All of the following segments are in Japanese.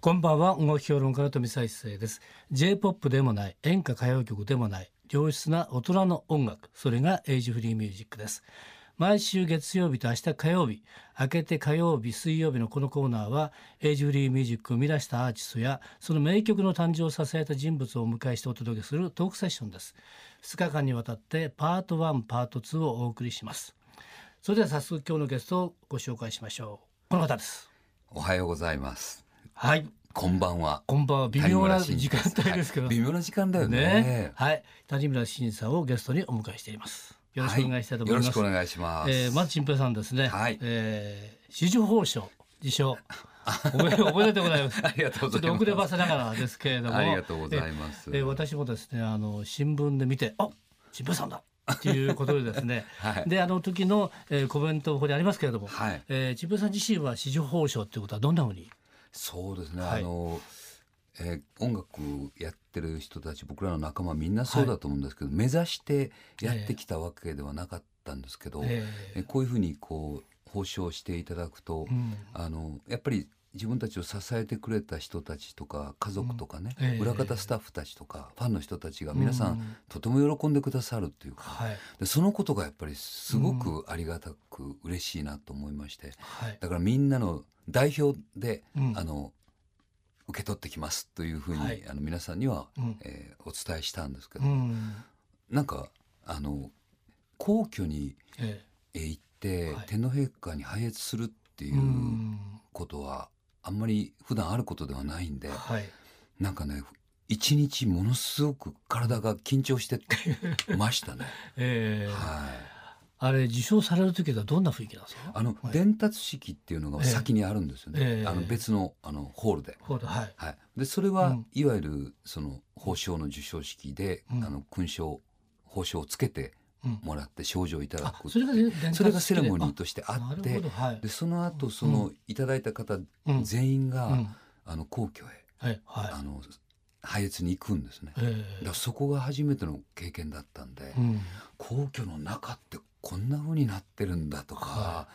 こんばんは音楽評論家の富澤一世です J-POP でもない演歌歌謡曲でもない良質な大人の音楽それがエイジフリーミュージックです毎週月曜日と明日火曜日明けて火曜日水曜日のこのコーナーはエイジフリーミュージックを生み出したアーティストやその名曲の誕生を支えた人物をお迎えしてお届けするトークセッションです2日間にわたってパート1パート2をお送りしますそれでは早速今日のゲストをご紹介しましょうこの方ですおはようございます。はいこんばんは。こんばんは微妙な時間帯ですけど、はい微妙な時間だよね。ね、はい、谷村新司さんをゲストにお迎えしています。よろしくお願いしたいと思います。はよろしくお願いします。えー、まず新平さんですね。はいえー、紫綬褒章受賞。お めでおめでとうございます。ありがとうございますちょっと遅ればせながらですけれども。ありがとうございますえーえー私もですね、あの新聞で見て、あ、新平さんだ。っていうことでですね。 はいで、あの時の、えー、コメントここにありますけれども、はいえー、新平さん自身は紫綬褒章っていうことはどんなふうに。そうですね。はいあの、えー音楽やってる人たち僕らの仲間みんなそうだと思うんですけど、目指してやってきたわけではなかったんですけど、ええーこういうふうにこう報奨していただくと、うんあのやっぱり自分たちを支えてくれた人たちとか家族とかね、うんええ裏方スタッフたちとかファンの人たちが皆さん、うんとても喜んでくださるっていうか、はい。でそのことがやっぱりすごくありがたく嬉しいなと思いまして、はい。だからみんなの代表で、うんあの受け取ってきますというふうに、はいあの皆さんには、うんえーお伝えしたんですけうど、ん。なんかあの皇居にええー行って、はい天皇陛下に拝謁するってえいううん。ことはあんまり普段あることではないんで、はい。なんかね一日ものすごく体が緊張 してましたね。ええはいあれ受賞される時はどんな雰囲気なんですか。あの、はい伝達式っていうのが先にあるんですよね、ええあの別のあのホールで。ほらはい。はい、でそれうはんいわゆるその褒章の授賞式で、うんあの勲章褒章をつけてうん。もらって賞状をいただあく、それが伝達式でそれがセレモニーとしてあっなるてほどはいで。その後そのいただいた方うん全員が、うんあの皇居へ、はいはい。あの拝謁に行くんですね。だかええらそこが初めての経験だったんで、うん。皇居の中ってこんな風になってるんだとか、は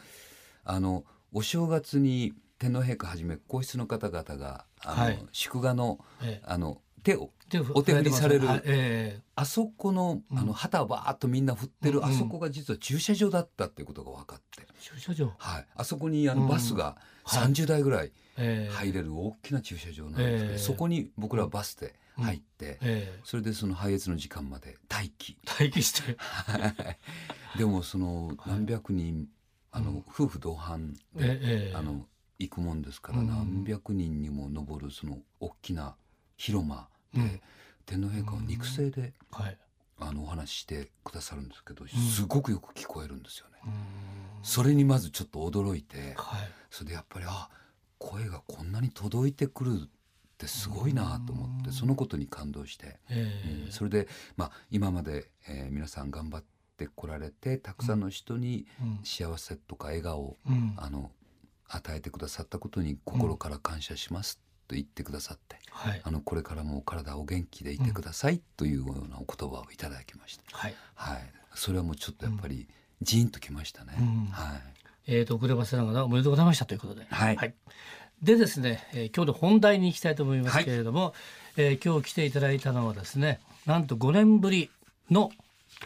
あのお正月に天皇陛下はじめ皇室の方々があの、はい祝賀のええあの手を手をお手振りされるはいえあそこの,、うんあの旗をバーッとみんな振ってる、うんうんあそこが実は駐車場だったっていうことが分かって、え駐車場。はい、あそこにあのうんバスがはい30台ぐらいええ入れる大きな駐車場なんですけど、ええそこに僕らはバスで入って、ええそれでその拝謁の時間まで待機。待機して。でもそのはい何百人、あの、うん夫婦同伴えで、えええあの行くもんですからうん何百人にも上るその大きな広間で、うん天皇陛下は肉声で、はい。あのお話ししてくださるんですけど、んすごくよく聞こえるんですよね。うんそれにまずちょっと驚いてはい。それでやっぱりあ声がこんなに届いてくるってすごいなと思ってうんそのことに感動して。えうんえそれで、まあ、今まで、えー皆さん頑張ってこられてたくさんの人にうん幸せとか笑顔を、うんあの与えてくださったことに心から感謝しますと言ってくださって、はいあのこれからもお体お元気でいてくださいというようなお言葉をいただきました、はい。はい、それはもうちょっとやっぱりジーンときましたね、うんはい、えー、と遅ればせながらおめでとうございましたということで、はいでですね、えー今日の本題に行きたいと思いますけれども、えー今日来ていただいたのはですねなんと5年ぶりの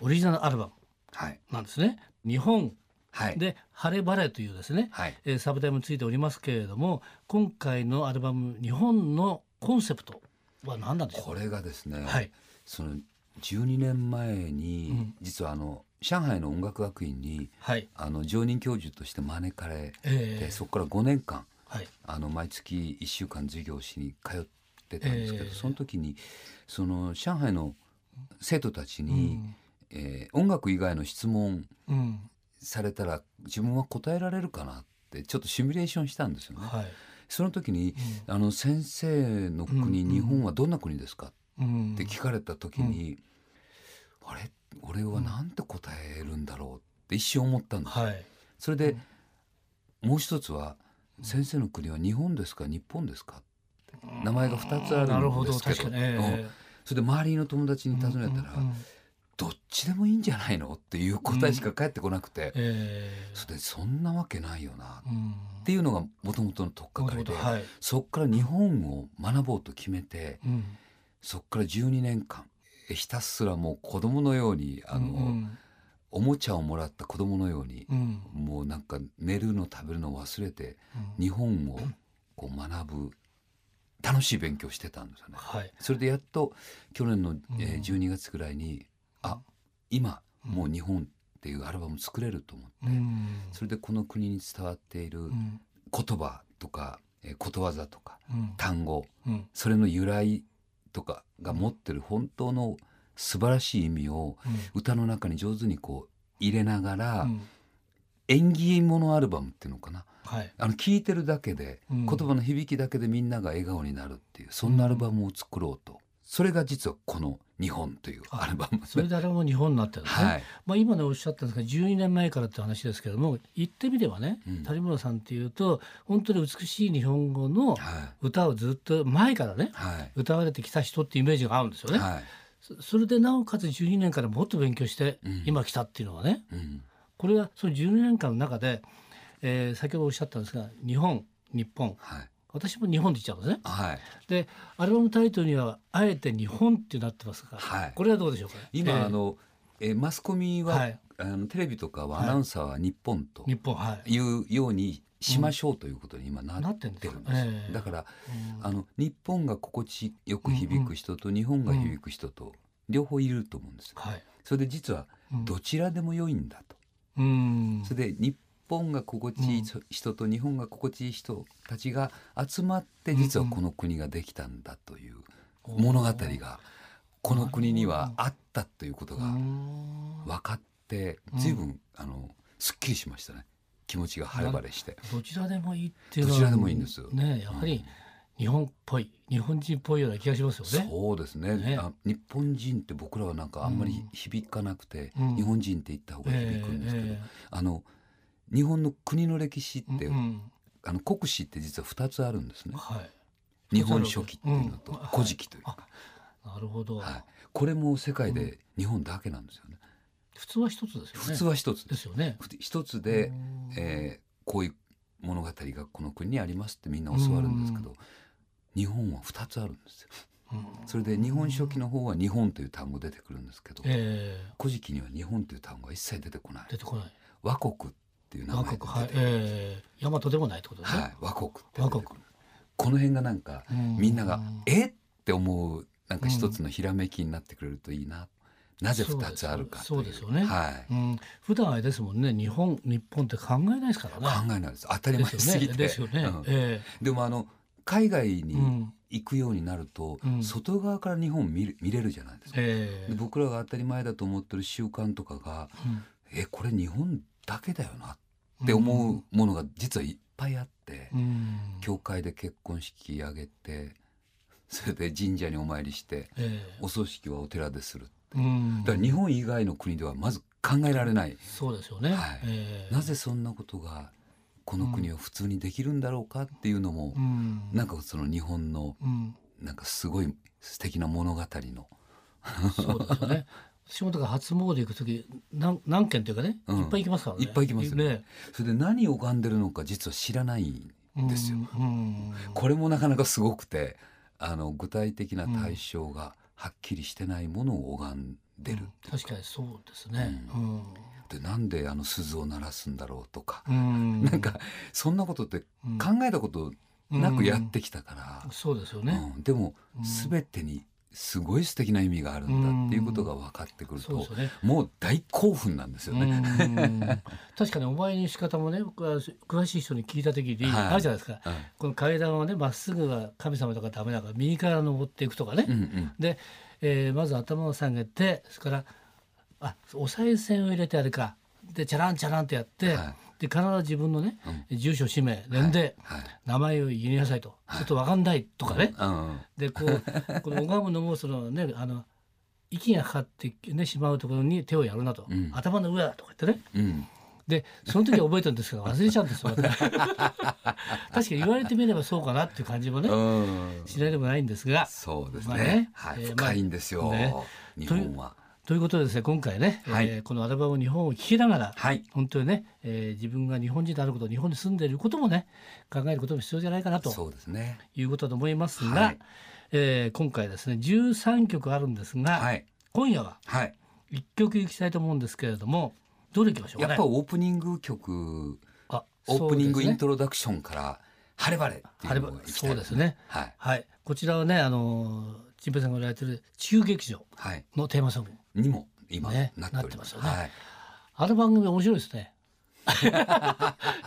オリジナルアルバムはいなんですね日本はいで「晴れバレ」というですね、はいえーサブタイムについておりますけれども今回のアルバム「日本」のコンセプトは何なんでしょこれがですね、うはいその12年前に、うん実はあの上海の音楽学院にはいあの常任教授として招かれえて、ーそこから5年間はいあの毎月1週間授業しに通ってたんですけど、ええその時にその上海の生徒たちうに、んえー音楽以外の質問うんされたら自分は答えられるかなってちょっとシミュレーションしたんですよね。はいその時にうあの先生の国、うん日本はどんな国ですかんって聞かれた時に、あれ俺はなんて答えるんだろうって一瞬思ったんですよはいそれで、もう一つは先生の国は日本ですか日本ですか名前が二つあるんですけどなるほど確かに、ええうんそれで周りの友達に尋ねたら、うんうんうんどっちでもいいんじゃないのっていう答えしか返ってこなくて、えーそれでそんなわけないよなうんっていうのがもともとの取っかなかるほりで、どはいそこから日本を学ぼうと決めてうんそこから12年間えひたすらもう子供のようにあの、うんおもちゃをもらった子供のようにう、んもうなんか寝るの食べるの忘れてうん日本をこう学ぶ楽しい勉強してたんですよね。はいそれでやっと去年の、えーうん12月ぐらいにあ今もう日本っていうアルバム作れると思って、うんそれでこの国に伝わっているうん言葉とか、えーことわざとかうん単語うんそれの由来とかが持ってる本当の素晴らしい意味を歌の中に上手にこう入れながら、うん縁起物アルバムっていうのかなはいあの聞いてるだけで、うん言葉の響きだけでみんなが笑顔になるっていうそんなアルバムを作ろうと、それが実はこの「日本」というアルバムそれでであれも日本になってるんですね、はい、まあ、今ねおっしゃったんですが12年前からって話ですけども言ってみればね、うん谷村さんっていうと本当に美しい日本語のはい歌をずっと前からねはい歌われてきた人ってイメージが合うんですよね、はいそそれでなおかつ12年からもっと勉強してうん今来たっていうのはねうんこれはその12年間の中で、えー先ほどおっしゃったんですが日本日本はい私も日本で言っちゃうんですねはいでアルバムタイトルにはあえて日本ってなってますが、はいこれはどうでしょうか今、えーあの、えーマスコミは、はいあのテレビとかはアナウンサーは日本と日本はいいうようにしましょうということに今ななっっててんでするかんですよ、ええだからうんあの日本が心地よく響く人と日本が響く人と両方いると思うんですよはいそれで実はうんどちらでも良いんだとうんそれで日本が心地いいうんそ人と日本が心地いい人たちが集まって実はこの国ができたんだという物語がこの国にはあったということうがん分かってうん随分あのすっきりしましたね気持ちが晴れ晴れして。どちらでもいいっていうのはどちらでもいいんですよねやはり日本っぽい日本人っぽいような気がしますよねそうですねねあ日本人って僕らはなんかあんまり響かなくて、うん日本人って言った方が響くんですけど、ええええあの日本の国の歴史って、うんうんあの国史って実は2つあるんですね。はい日本書紀っていうのとうん古事記という、あなるほど、はい、これも世界で日本だけなんですよね。普通は一つですよね普通は一つでですすよねふつ一つで、えーこういう物語がこの国にありますってみんな教わるんですけど、日本は2つあるんですよ。うんそれで日本書紀の方は日本という単語出てくるんですけど、え古事記には日本という単語は一切出てこないー、出てこない和国っていう名和前で国出てはい、えー、大和でもないってことですね、はい、和国って出てく和る国この辺がなんかうんみんなが「えっ?」って思うなんか一つのひらめきになってくれるといいな、なぜ二つあるかといそうですそうですよねはいうん、普段あれですもんね日本日本って考えないですからね考えないです当たり前すぎてですよねですよね、うんえでもあの海外えうにん行くようになると、うん外側から日本を見る見れるじゃないですか、ええで僕らが当たり前だと思ってる習慣とかがうんえこれ日本だけだよなって思うものが実はいっぱいあって、うん教会で結婚式挙げてそれで神社にお参りしてえお葬式はお寺でするえうん、だから日本以外の国ではまず考えられない、そうですよね、はいええなぜそんなことがこの国は普通にできるんだろうかっていうのもう、んなんかその日本のうん、なんかすごい素敵な物語のそうですよ ね私もだから初詣行く時何何件というかね、うんいっぱい行きますからねいっぱい行きますねそれで何を拝んでるのか実は知らないんですよ。うんうんこれもなかなかすごくてあの具体的な対象がはっきりしてないものを拝んでるっていう確かにそうですね、ううんでなんであの鈴を鳴らすんだろうとか、うんなんかそんなことって考えたことなくやってきたから、そうですようんね、でもうん全てにすごい素敵な意味があるんだっていうことが分かってくるそうでとす、よねもう大興奮なんですよね。うん確かにお参りの仕方もね僕は詳しい人に聞いた時に、はいあるじゃないですかうんこの階段はねまっすぐは神様とかダメだから右から登っていくとかね、 うんうんで、えーまず頭を下げてそれからあお賽銭を入れてあれかでチャランチャランってやって、はいで必ず自分のね、住所氏名年齢、はい名前を言いなさいと、ちょっとわかんないとかね、うんうんでこ うこの拝むのもそのねあの息がかかって、ね、しまうところに手をやるなと、ん頭の上だとか言ってねうんでその時は覚えたんですけ ど忘れちゃうんですよまた確かに言われてみればそうかなっていう感じもねうんしないでもないんですがそうですまあねね。はいえーまあ深いんですよね日本は。ということでですね今回ね、はいえーこのアルバム「日本」を聴きながらはい本当にね、えー自分が日本人であること日本に住んでいることもね考えることも必要じゃないかなとそうですねいうことだと思いますが、はいえー今回ですね13曲あるんですが、はい今夜ははい1曲いきたいと思うんですけれどもどれいきましょうかやねっぱオープニング曲あオープニングインロトロダクションから「晴れ晴れ」っていうのが行きたいそうですねはいはいこちらはねあのーチンペイさんがやられてる地球劇場はいのテーマソングにも今ねなっております,、なってますよねはいあの番組面白いです ね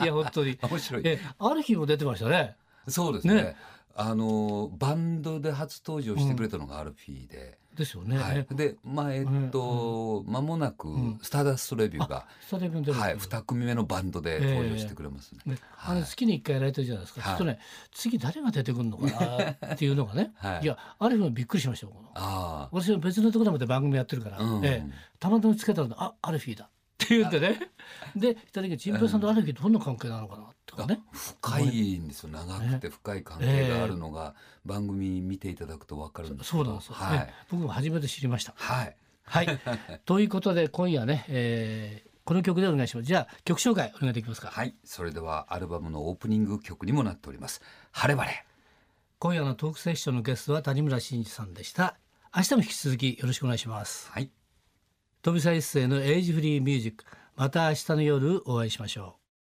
いや本当に面白いえある日も出てましたねそうですねねあのバンドで初登場してくれたのが RP で、ですよね、はい、でまあえっと、間もなく「スターダストレビューが」スタジオに出るはい、2組目のバンドで登場してくれますね、ねあはれい月に1回やられてるじゃないですか、はいちょっとね次誰が出てくるのかなっていうのがね、はいい、やある日もびっくりしましたよ僕もあ私は別のところまで番組やってるから、あうん、ええたまたまつけたら「あアルフィーだ」って言うんでねで一人でチンペイさんとアルフィーってどんな関係なのかなとかね深いんですよ長くて深い関係があるのが番組見ていただくと分かるんですけそどうなんですよ、はえいえ、僕も初めて知りま した。はい、はい、ということで今夜ね、えーこの曲でお願いしますじゃあ曲紹介お願いできますか、はい、それではアルバムのオープニング曲にもなっております「晴れ晴れ今夜のトークセッションのゲストは谷村新司さんでした明日も引き続きよろしくお願いします」はい富澤一世のエイジフリーミュージックまた明日の夜お会いしましょう